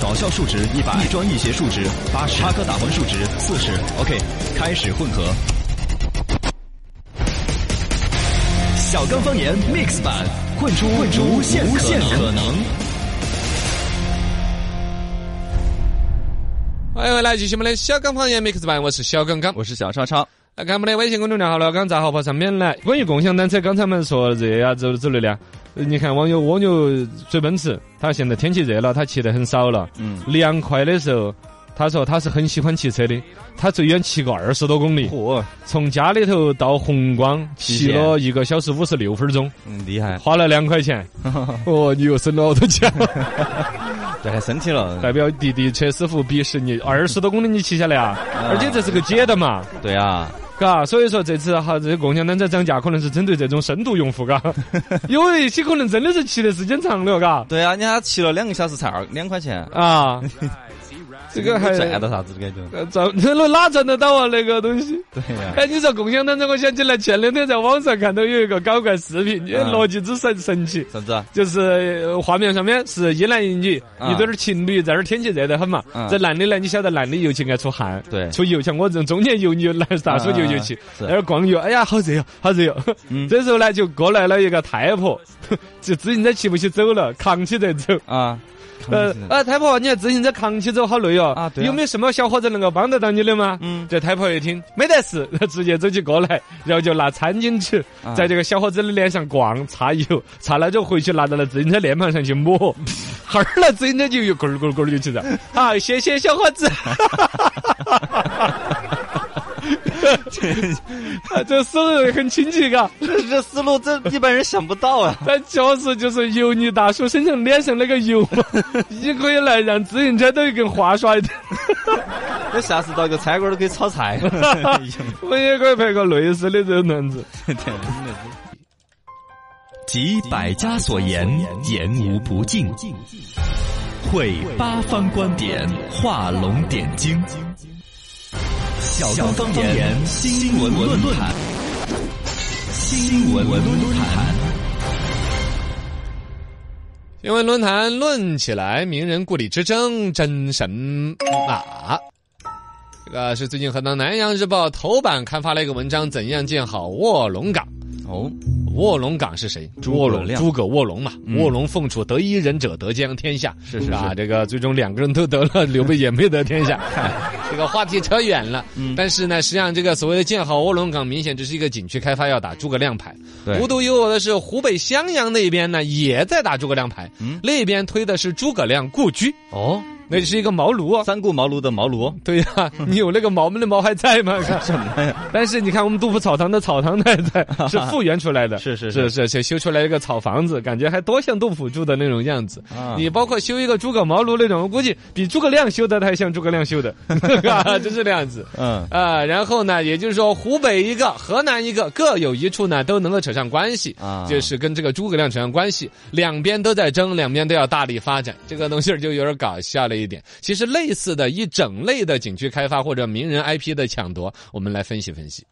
导效数值一百，一砖一斜数值八十，插科打诨数值四十。OK，开始混合。小刚方言 Mix 版，混出混出无限无限可能。欢迎回来，继续我们的小刚方言 mix 版，我是小刚刚。我是小超超，来看我们的微信公众号“老刚杂号”跑上面来。关于共享单车，刚才我们说热啊之之类的啊，呃你看网友蜗牛追奔驰，他现在天气热了，他骑得很少了。嗯，凉快的时候，他说他是很喜欢骑车的，他最远骑过二十多公里，嚯，从家里头到红光骑了一个小时五十六分钟，嗯，厉害，花了两块钱。哦，你又省了好多钱。锻炼身体了。代表弟弟车师傅鄙视你，二十多公里你骑下来啊，而且这是个姐的嘛。对啊，嘎，所以说这次哈，这个共享单车涨价可能是针对这种深度用户，嘎，有一些可能真的是骑的时间长了，嘎，对啊，你看他骑了两个小时才二两块钱， 啊，这个还赚到啥子的感觉？呃赚 那哪赚得到啊？那个东西，对呀、哎，你说共享单车，我想起来前两天在网上看到有一个搞怪视频，嗯逻辑之神神奇。啥子啊？就是呃画面上面是一男一女，啊一对儿情侣在那儿天气热得很嘛嗯。这男的呢，你晓得男的尤其爱出汗，对啊出油，像我这种中年油腻男大叔就油气，是在那儿逛游，哎呀，好热哟，好热哟。嗯 这时候呢，就过来了一个太婆， 就自行车骑不起走了，扛起在走。啊，呃啊，太婆，你看自行车扛起走好累哦。啊对啊有没有什么小伙子能够帮得到你的吗？嗯这太婆一听没得事，直接走起过来，然后就拿餐巾纸啊在这个小伙子的脸上逛，擦油，擦了之后回去拿到了自行车链盘上去抹， 哈儿了自行车就又滚儿滚儿滚儿就 起来。好，谢谢小伙 子。 啊这思路很清晰，嘎，这这思路，这一般人想不到啊。 但确实就是油腻大叔身上脸上那个 油嘛，你可以来让自行车都更滑耍一点。我下次到一个餐馆都可以炒 菜。我也可以拍个类似的这种段子。集百家所言，言无不尽；汇八方观点，画龙点睛。小刚方言新闻论坛，新闻论坛。新闻论坛论起来，名人故里之争，争神马。这个是最近河南南阳日报头版刊发了一个文章，《怎样建好卧龙岗》。哦，卧龙岗是谁？诸葛卧龙，亮嗯诸葛卧龙嘛。卧龙凤雏，得一人者得将天下。是是啊，是这个最终两个人都得了，刘备也没得天 下。这个话题扯远了。嗯但是呢，实际上这个所谓的建好卧龙岗，明显只是一个景区开发要打诸葛亮牌。对无独有偶的是，湖北襄阳那边呢也在打诸葛亮牌，嗯那边推的是诸葛亮故居，哦，那是一个茅庐啊。三顾茅庐的茅庐，对呀、嗯你有那个毛们的毛还在 吗？什么呀？但是你看，我们杜甫草堂的草堂还 在，是复原出来的，是是是是是，且修出来一个草房子，感觉还多像杜甫住的那种样子。啊你包括修一个诸葛茅庐那种，我估计比诸葛亮修的还像诸葛亮修的， 真是这样子。嗯，啊、然后呢，也就是说，湖北一个，河南一个，各有一处呢，都能够扯上关系，啊就是跟这个诸葛亮扯上关系，两边都在争，两边都要大力发展，这个东西儿就有点搞笑了一点。其实类似的一整类的景区开发或者名人 IP 的抢夺，我们来分析分析。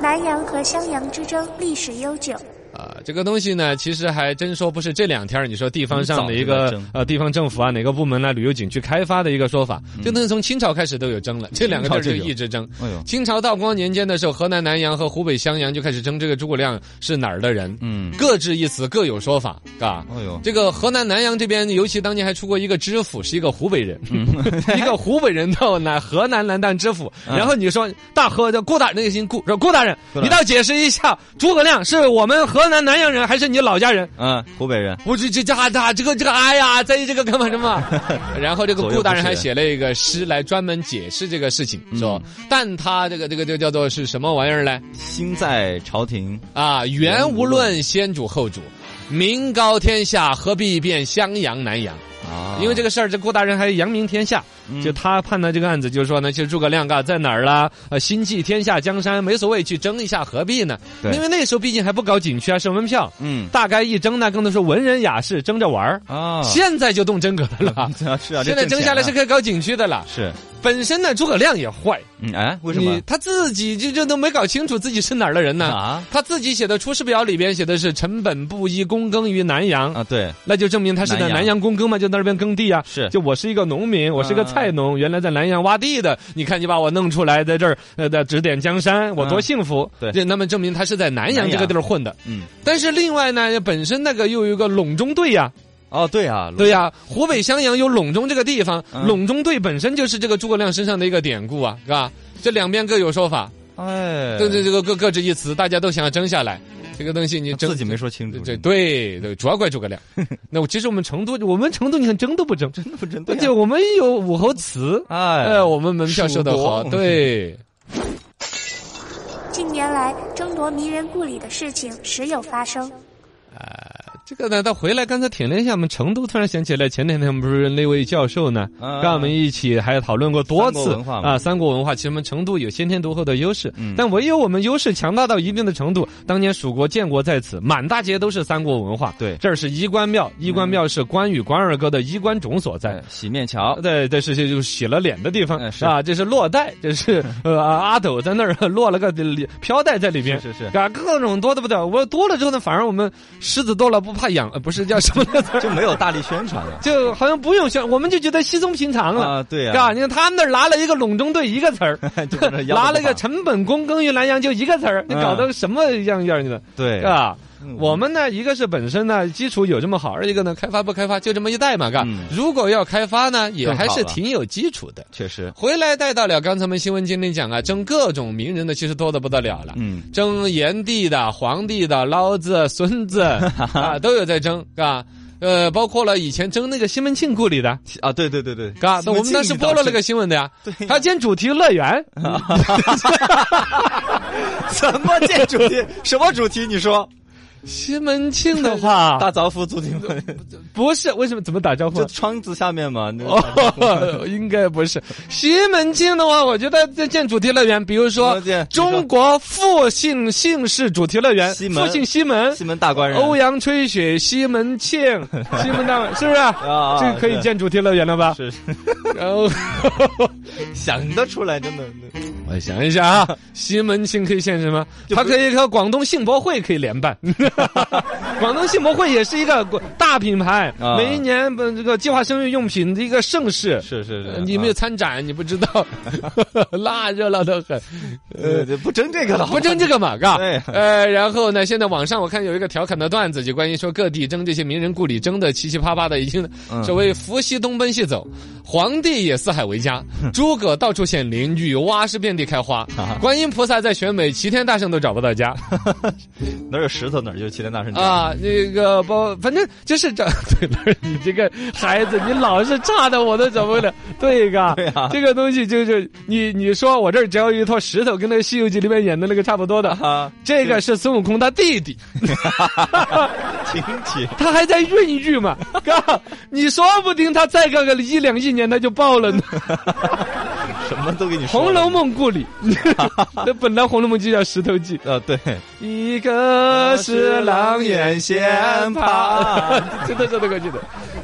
南阳和襄阳之争历史悠久，啊，这个东西呢，其实还真说不是这两天儿你说地方上的一很早就个在争呃地方政府啊，哪个部门呢、旅游景区开发的一个说法，这东西从清朝开始都有争了，这两个地儿就嗯清朝就有一直争。哎呦，清朝道光年间的时候，河南南阳和湖北襄阳就开始争这个诸葛亮是哪儿的人，嗯，各执一词，各有说法，嘎。哎呦，这个河南南阳这边，尤其当年还出过一个知府，是一个湖北人， 一个湖北人到南河南南当知府，然后你说大河叫顾大人，那个姓顾，说顾大人，顾大人你倒解释一下，诸葛亮是我们河南南阳人还是你老家人？嗯，湖北人，我这这这这这个这个哎呀，在这个干嘛什么？ 然后这个顾大人还写了一个诗来专门解释这个事情，说嗯但他这个这个这个叫做是什么玩意儿呢？心在朝廷，啊，原无论先主后主，民高天下，何必变襄阳南阳？啊嗯因为这个事儿，这顾大人还扬名天下。就他判的这个案子，就是说呢，其实诸葛亮啊在哪儿啦？呃，心系天下江山，没所谓，去争一下何必呢？对因为那时候毕竟还不搞景区啊，收门票，嗯大概一争那更多是文人雅士争着玩儿。啊，。现在就动真格的了是啊是啊，现在争下来是可以搞景区的了，是本身呢，诸葛亮也坏，嗯，哎，为什么你他自己就这都没搞清楚自己是哪儿的人呢？啊他自己写的《出师表》里边写的是“臣本布衣，躬耕于南阳”，啊？对，那就证明他是在南阳南阳躬耕嘛，就在那边耕地啊。是就我是一个农民，我是个菜农，原来在南阳挖地啊的。你看你把我弄出来，在这儿呃在指点江山，我多嗯幸福。对这那么证明他是在南阳南这个阳地儿混的。嗯，但是另外呢，本身那个又有一个陇中队呀、哦，对啊，对呀、湖北襄阳有陇中这个地方，嗯陇中队本身就是这个诸葛亮身上的一个典故啊，是吧？这两边各有说法，哎，对对，这个各各执一词，大家都想要争下来。这个东西你啊他争自己没说清楚，这对对，主要怪 诸葛亮。那我其实我们成都，我们成都你看争都不争，真的不真而对且啊，我们有武侯祠，哎，哎，我们门票收的好蜀，国 对。近年来，争夺迷人故里的事情时有发生。这个呢，他回来刚才舔了一下，我们成都突然想起来，前两天我们不是那位教授呢，啊跟我们一起还讨论过多三次国文化嘛嗯啊，三国文化其实我们成都有先天独厚的优势，但唯有我们优势强大到一定的程度，当年蜀国建国在此，满大街都是三国文化，对嗯这儿是衣冠庙，衣冠庙是关羽关二哥的衣冠冢所在哎，洗面桥，对，这是就是洗了脸的地方、嗯是啊，这是落袋，这是呃阿斗在那儿 落了个里飘带在里边，是是是啊，各种多的不得了。我多了之后呢，反而我们狮子多了不怕痒，呃，不是叫什 么来着就没有大力宣传了就好像不用宣，我们就觉得稀松平常了。 啊，对啊，啊，，你看他们那儿拿了一个陇中队一个词儿 就在那儿吆喝拿了一个吧成本躬耕于南阳就一个词儿，你嗯搞得什么样样的？对是，吧？嗯我们呢，一个是本身呢基础有这么好，二一个呢开发不开发就这么一带嘛，嘎嗯。如果要开发呢，也更好还是了挺有基础的。确实，回来带到了刚才我们新闻经理讲啊，争各种名人的其实多的不得了了。嗯，争炎帝的、皇帝的、老子、孙子啊，都有在争，嘎。呃，包括了以前争那个西门庆故里的，啊，对对对对，嘎，那我们当时播了那个新闻的呀对呀，他建主题 乐园， 什么这主 题？什么主题？你说西门庆的话 大凿夫足球，不是为什么怎么打招呼就啊？窗子下面嘛，那个哦， 应该不是西门庆的话，我觉得这建主题乐园，比如什说么建中国复姓姓氏主题乐园，西门复姓西门，西门大官人，欧阳吹雪、西 门庆、西门大是不是？啊这个可以是建主题乐园了吧？是是然后 想得出来，真的。我想一下啊，西门庆可以建什么？他可以和广东信博会可以联 办。广东信博会也是一个国大品牌，啊每一年呃这个计划生育用品的一个盛世。是是呃是，你没有啊参展，你不知道， 那热闹的 很。呃对对不争这个了，不争这个嘛，嘎。对呃，然后呢，现在网上我看有一个调侃的段子，就关于说各地争这些名人故里，争的七七八八的，已经嗯所谓伏羲东奔西走，皇帝也四海为家， 诸葛到处显灵，女娲是遍地开花，啊观音菩萨在选美，齐天大圣都找不到家哪有石头哪儿就齐天大圣啊，啊。那个不，反正就是这， 对了，你这个孩子，你老是差的，我都怎么了？ 对嘎，对啊这个东西就是你你说我这儿只要有一坨石头，跟那个《西游记》里面演的那个差不多的。啊，这个是孙悟空他弟弟，亲戚 他还在孕 育嘛，哥，你说不定他再干个一两亿年他就爆 了呢。啊什么都给你《说了。红楼梦》故里， 那本来《红楼梦》就叫《石头记》，啊，对，一个是狼烟仙葩， 真的真的过去的。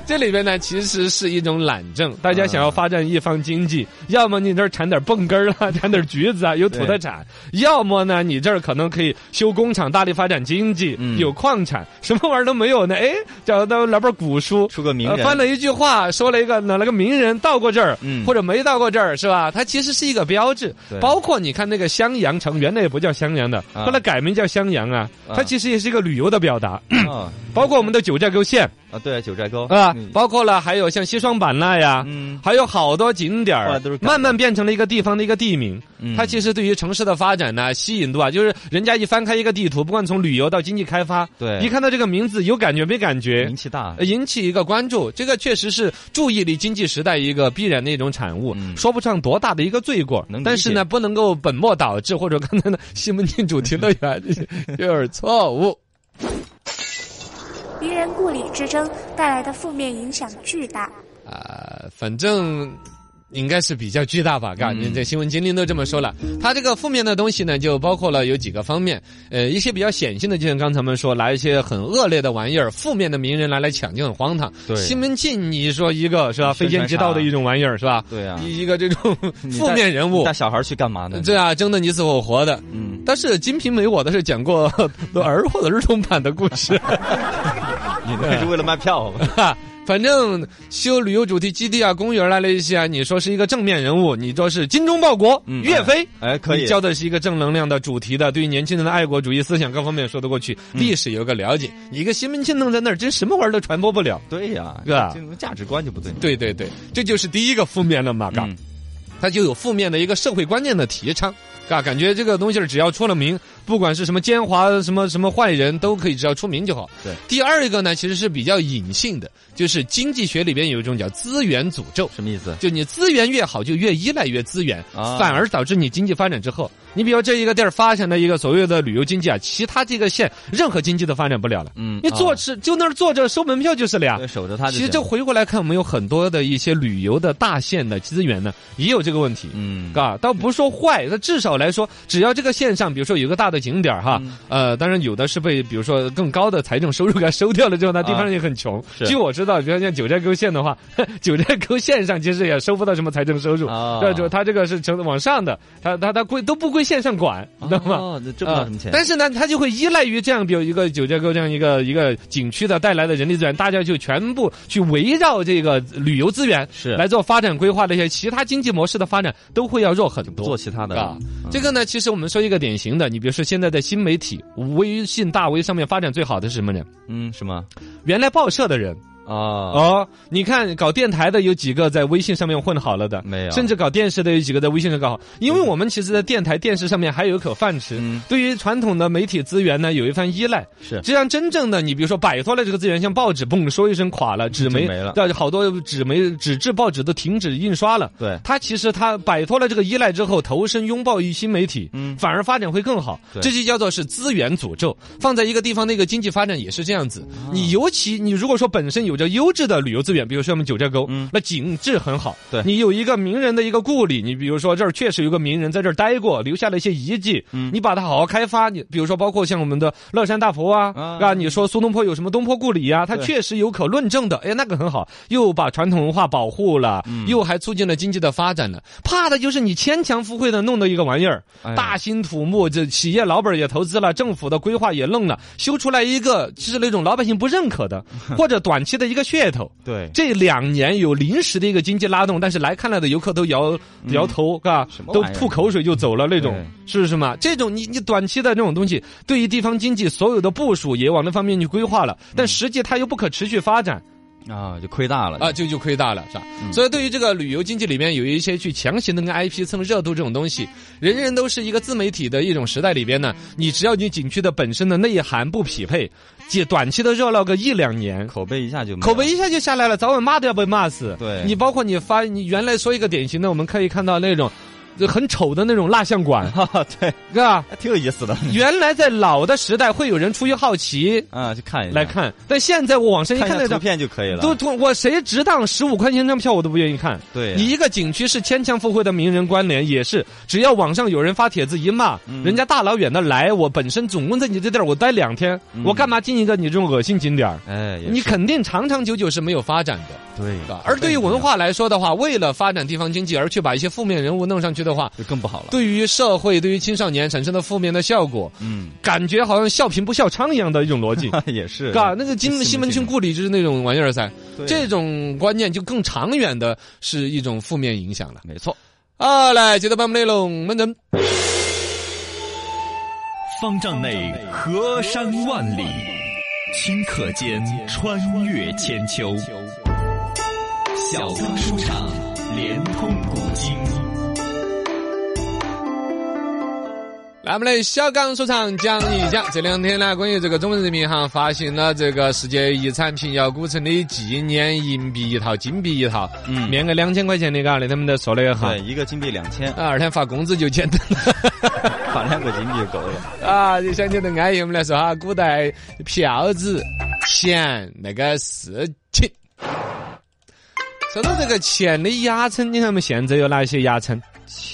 这里边呢，其实是一种懒政，大家想要发展一方经济，要么你这儿产点蹦根儿啊，产点橘子啊，有土特产；要么呢，你这儿可能可以修工厂，大力发展经济，嗯有矿产，什么玩意儿都没有呢。哎，找到来本古书，出个名呃人翻了一句话，说了一个哪了个名人到过这儿，嗯或者没到过这儿，是吧？它其实是一个标志对，包括你看那个襄阳城，原来也不叫襄阳的，啊后来改名叫襄阳啊，啊它其实也是一个旅游的表达，啊包括我们的九寨沟县啊，对，九寨沟啊，嗯包括了还有像西双版纳呀。嗯，还有好多景点后儿来都是改慢慢变成了一个地方的一个地名，嗯它其实对于城市的发展呢、吸引度啊，就是人家一翻开一个地图，不管从旅游到经济开发，对嗯一看到这个名字有感觉没感觉，名气大呃，引起一个关注，这个确实是注意力经济时代一个必然的一种产物，嗯说不上多大的一个罪过能，理但是呢，解不能够本末倒置，或者刚才的西门庆主题乐园有点错误。 迷人故里之争带来的负面影响巨大。呃啊，反正应该是比较巨大吧？嘎，这新闻精灵都这么说了。它这个负面的东西呢，就包括了有几个方面，呃，一些比较显性的，就像刚才我们说，拿一些很恶劣的玩意儿，负面的名人拿来抢就很荒唐。对西门庆，你说一个是吧？非奸即盗的一种玩意儿是吧？对啊一一个这种你带负面人你物带，小孩去干嘛呢？对啊，争得你死我活的。嗯，但是《金瓶梅》我倒是讲过 儿或者儿童版的故事。 你那是为了卖票。哈，反正修旅游主题基地啊、公园来了一些啊，你说是一个正面人物，你说是精忠报国，嗯岳飞。哎，可以你。教的是一个正能量的主题的，对于年轻人的爱国主义思想各方面说得过去，嗯历史有个了解。你一个西门庆弄在那儿，真什么玩意儿都传播不了。对呀，是吧这种价值观就不对。对对对，这就是第一个负面了嘛，嘎、嗯它就有负面的一个社会观念的提倡。啊，感觉这个东西儿只要出了名，不管是什么奸猾、什么什么坏人，都可以只要出名就好。对，第二个呢，其实是比较隐性的，就是经济学里边有一种叫资源诅咒，什么意思？就你资源越好，就越依赖越资源，啊反而导致你经济发展之后，你比如这一个地儿发展了一个所谓的旅游经济啊，其他这个县任何经济都发展不了了。嗯你坐啊吃、就那儿坐着收门票就是了呀。对守着他就其行。实这回过来看，我们有很多的一些旅游的大县的资源呢，也有这个问题。嗯，啊，倒不是说坏，那至少来说，只要这个线上，比如说有个大的景点儿哈，嗯呃，当然有的是被比如说更高的财政收入给它收掉了之后，那地方啊也很穷。是据我知道，比如像九寨沟县的话， 九寨沟县上其实也收不到什么财政收入，啊这就它这个是成往上的，它它它归都不归县上管，你知道吗？哦，那挣不到什么钱啊。但是呢，它就会依赖于这样，比如一个九寨沟这样一个一个景区的带来的人力资源，大家就全部去围绕这个旅游资源是来做发展规划的一些其他经济模式的发展都会要弱很多。做嗯其他的啊，这个呢，其实我们说一个典型的，你比如说现在的新媒体，微信、大 V 上面发展最好的是什么人？嗯，什么原来报社的人啊？哦，你看搞电台的有几个在微信上面混好了的，没有甚至搞电视的有几个在微信上搞好，因为我们其实，在电台、电视上面还有一口饭吃，嗯对于传统的媒体资源呢，有一番依赖。是这样真正的你，比如说摆脱了这个资源，像报纸，嘣说一声垮了，纸媒就没了对，好多纸媒、纸质报纸都停止印刷了。对它其实它摆脱了这个依赖之后，投身拥抱于新媒体，嗯反而发展会更好。对这就叫做是资源诅咒。放在一个地方的一个经济发展也是这样子。啊你尤其你如果说本身有着优质的旅游资源，比如说我们九寨沟，嗯那景致很好，对你有一个名人的一个故里，你比如说这儿确实有个名人在这儿待过，留下了一些遗迹，嗯你把它好好开发。你比如说包括像我们的乐山大佛啊，啊啊，你说苏东坡有什么东坡故里啊，它对确实有可论证的，哎，那个很好，又把传统文化保护了，嗯又还促进了经济的发展了。怕的就是你牵强附会的弄的一个玩意儿，哎呀大兴土木，这企业老板也投资了，政府的规划也弄了，修出来一个是那种老百姓不认 可的，或者短期的一个噱头。对，这两年有临时的一个经济拉动，但是来看来的游客都摇摇头，嘎、嗯什么都玩意儿吐口水就走了那种对，是不是嘛？这种你你短期的这种东西，对于地方经济所有的部署也往那方面去规划了，嗯但实际它又不可持续发展，啊，就亏大了啊，就就亏大了，是吧？嗯所以对于这个旅游经济里面有一些去强行的跟 IP 蹭热度这种东西，人人都是一个自媒体的一种时代里边呢，你只要你景区的本身的内涵不匹配，借短期的热闹个一两年。口碑一下就没有口碑一下就下来了，早晚骂都要被骂死。对，你包括你发，你原来说一个典型的，我们可以看到那种，就很丑的那种蜡像 馆哈哈，对，是吧？ 还挺有意思的原来在老的时代，会有人出于好奇啊，去看一下来看，但现在我往上一看看，一那下张图片就可以了。都都我谁值当十五块钱一张票我都不愿意看。对呀你一个景区是牵强附会的名人关联，也是只要网上有人发帖子一骂，嗯人家大老远的来，我本身总共在你这地儿我待两天，我干嘛进一个你这种恶心景点儿？哎，嗯也你是肯定长长久久是没有发展的。对对吧啊而对于文化来说的话，为了发展地方经济而去把一些负面人物弄上去的话，就更不好了。 对于社会、对于青少年产生的负面的效果，嗯，感觉好像笑贫不笑娼一样的一种 逻辑。也是。嘎，那个金门西门庆庆故里就是那种玩意儿噻，对这种观念就更长远的是一种负面影响了。没错。好嘞，接着把我们内容，我们方丈内河山万里，顷刻间穿越千秋。小刚书场，连通古今。来我们来小刚说唱讲一讲。这两天呢，关于这个中国人民银行发行了这个世界遗产平遥古城的纪念银币一套、金币一套，嗯面额两千块钱的，嘎，那他们都说了哈对，。一个金币两千，啊，二天发工资就简单了。把两个金币就够了。啊，就想起了安逸，我们来说哈，古代票子、钱那个事情。说到这个钱的雅称，你看我们现在有哪些雅称？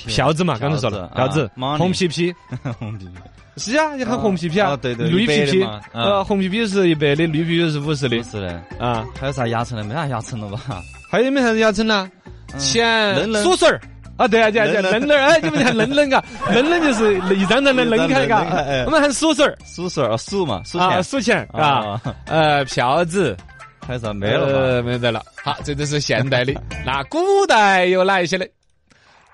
票子啊嘛，刚才说了，票子、嗯红 皮皮皮，红皮皮，是啊，你看红皮皮啊，啊对对绿一百皮的皮，嘛啊呃，红皮皮是一百的，绿皮皮是五十的不是的，啊。还有啥牙碜的？没啥牙碜了吧？还有没啥子雅称呢？嗯钱扔扔叔婶儿。啊，对啊，对啊，对啊，扔扔扔扔儿，哎，你们喊扔扔 啊，扔扔就是一张张的扔开，一张张嘎扔开哎，我们喊叔婶儿数数啊，数嘛，数啊，钱数钱啊，，呃，票子 还有啥没了吧？呃，没得了。好，这都是 现代的。那古代有哪一些呢？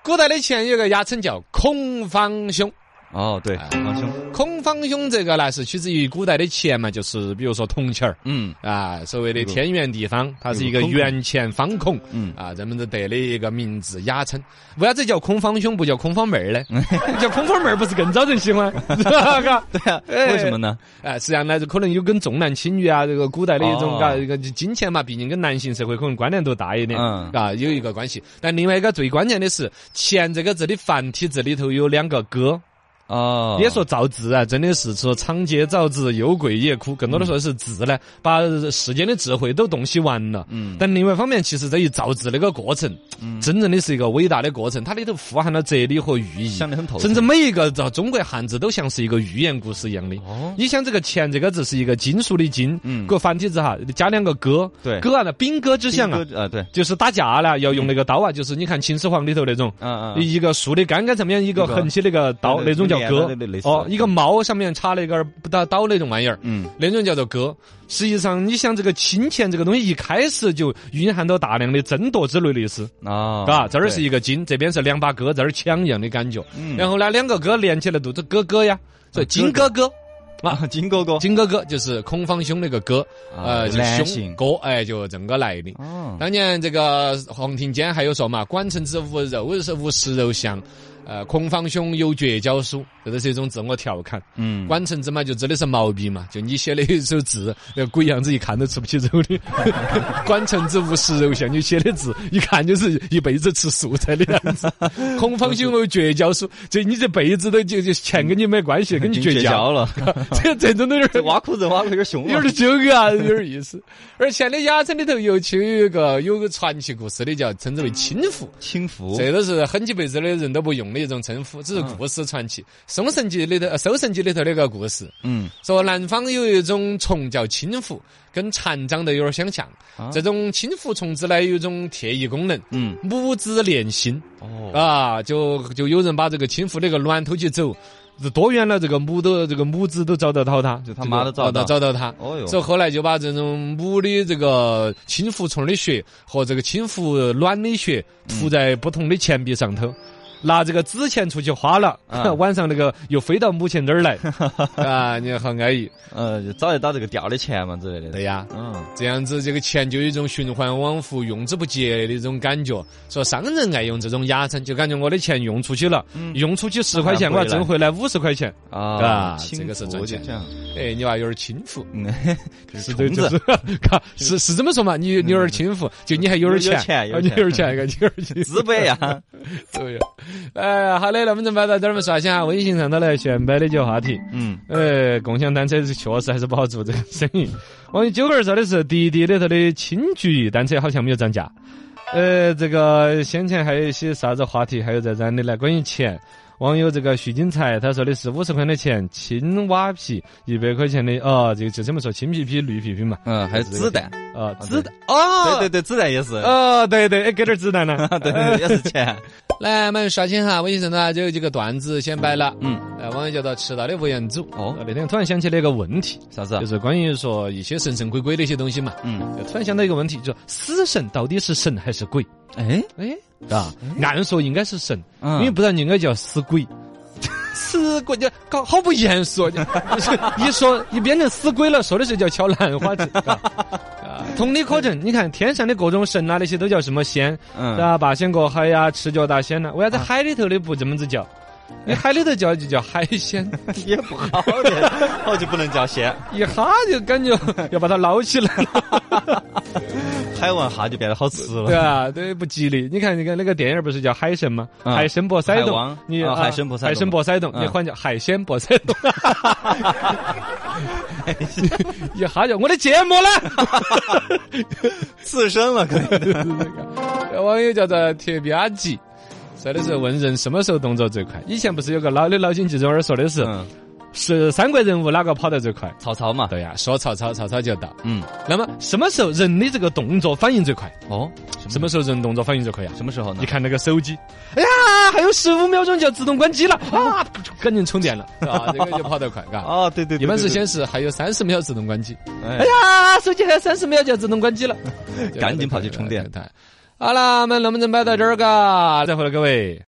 古代的钱有个雅称叫孔方兄，哦，对，哎王兄，孔方兄这个呢是取自于古代的钱嘛，就是比如说铜钱儿。 嗯啊，所谓的天圆地方，它是一有个个空圆钱方孔，嗯，啊，咱们都得了一个名字雅称。为啥子叫孔方兄不叫孔方妹儿呢？ 叫孔方妹儿不是更招人喜欢？ 是吧嘎对呀，为什么呢？哎，实际上呢，就可能有跟重男轻女啊，这个古代的一种哦嘎，这个金钱嘛，毕竟跟男性社会可能关联都大一点，嗯啊，有一个关系。但另外一个最关键的是“钱”这个字的繁体字里头有两个“戈”，哦，也说造字啊，真的是说长街造字，有贵也哭，更嗯多的说的是智呢，把世间的智慧都洞悉完了。嗯但另外一方面，其实这一造字那个过程，真正的是一个伟大的过程，它里头富含了哲理和寓意，想得很透彻甚至每一个造中国汉字都像是一个寓言故事一样的。哦你想这个钱这个字是一个金属的金，嗯个繁体字哈，加两个戈，对戈啊，那兵戈之相啊兵，哥啊，对，就是打架了要用那个刀啊，就是你看秦始皇里头那种。嗯嗯，一个竖的杆杆上面一个一个横起那个刀，对那对种叫对戈对对类。似哦，一个猫上面插了一根儿不刀刀那种玩意儿，嗯，那种叫做戈。实际上，你想这个金钱这个东西一开始就蕴含着大量的争夺之类的意思，啊，嘎，这儿是对一个金，这边是两把戈，这儿抢一样的感觉。嗯然后呢，两个戈连起来都是哥哥呀，所以金哥哥。啊， 金哥哥，金哥哥就是孔方兄那个哥，啊呃，就男兄性哥，哎，就这么个来的。哦，嗯当年这个黄庭坚还有说嘛，管城之无肉是无食肉香，呃，孔方兄有绝交书，这都是一种自我调侃。嗯，管城之嘛，就真的是毛病嘛，就你写的一首字，那个鬼样子一看都吃不起肉的。管城之无食肉香，你写的字一看就是一辈子吃素菜的样子。孔方兄有绝交书，这你这辈子都就就钱跟你没关系，跟你已经绝绝 交交了。 了，这这种都有这点挖苦人挖苦有点凶啊 有，点纠葛啊，有点意 思。而现在雅琛里头又其实有一个有个传奇故事的，叫称之为亲符，轻浮，这都是很几辈子的人都不用的一种称呼，只是嗯故事传奇。《搜神记》里头，呃《搜神记》里头那个故事，嗯，说南方有一种虫叫青狐，跟蝉长得有点相像。啊这种青狐虫子呢，有一种特异功能，嗯，母子连心哦，啊，就就有人把这个青狐那个卵偷起走。多远了，这个母都这个母子都找得到它，就他妈都找到到啊找到它。哦哟，所以后来就把这种母的这个青狐虫的血和这个青狐卵的血涂在不同的钱币上头。拿这个纸钱出去花了，啊 晚上那个又飞到母亲这儿 来，啊，你好安逸，呃，就找得到这个掉的钱嘛之类的，对呀，嗯，这样子这个钱就有一种循环往复、用之不竭的这种感觉。说商人爱用这种雅称，就感觉我的钱用出去了，用出去十块钱，我要挣回来五十块钱，啊啊，轻这个是浮赚就钱这样，哎，你娃有点轻浮， 嗯，这是是对，虫就子 嗯是，嘎是是这么说嘛？你你有点轻浮，就你还有点钱，啊有你点有点钱钱，嘎你有点 钱，资本呀。对呀。哎，好嘞，那么咱们到这儿我们刷新下微信上头来选摆的几个话题。嗯，呃，共享单车是确实还是不好做这个生意。网友九个儿说的是滴滴里头的轻桔单车好像没有涨价。呃，这个先前还有一些啥子话题还有在燃的呢？关于钱，网友这个徐金才他说的是五十块钱的钱，青蛙皮一百块钱的哦，这个就这么说，青皮皮、绿皮皮嘛，嗯，还有子弹，啊，对子弹哦，对对对，子弹也是，哦，对对，哎，给点子弹 呢。 对对，也是钱。来，我们刷新哈，微信上头啊就有几个段子先摆了。嗯，呃，网友叫做迟到的吴彦祖。哦呃那天突然想起了一个问题，啥子啊就？是关于说一些神神鬼鬼的一些东西嘛。呃嗯，就突然想到一个问题，就死神到底是神还是鬼？哎，哎，啊，按说应该是神，因嗯为不然应该叫死鬼。死鬼就搞好不严肃，就 一说一变成死鬼了，说的是叫敲兰花指。 啊啊同理可证，你看天上的各种神啊，那些都叫什么仙？嗯，啊，八仙过海呀、赤脚大仙呐、为啥子海里头的不这么子叫？你海里头叫就叫海 鲜，也不好的， 好就不能叫仙，一哈就感觉要把它捞起来 了，海王哈就变得好吃对了。啊，对不吉利。你看那个那个电影不是叫海神吗？嗯海神博塞海冬王，你啊啊海神博塞嗯海冬 神博塞冬，嗯你换叫海鲜博塞冬。一哈就我的节目 呢。刺身了，可能有网友叫做铁比阿吉，说的是问人什么时候动作最快？以前不是有个老的脑筋急转弯说的是、嗯，是三国人物哪个跑得最快？曹操嘛，对呀、说曹操，曹操就到。嗯，那么什么时候人的这个动作反应最快？哦，什么时候人动作反应最快呀、什么时候呢你？看那个手机，哎呀，还有十五秒钟就要自动关机了啊！赶紧充电 了，是啊吧？这个就跑得快， 嘎。哦，对对对，一般是对先是还有三十秒自动关机，哎 哎呀，手机还有三十秒就要自动关 机了，赶紧跑去充电。好了，我们能不能摆到这儿？嘎，再回来各位。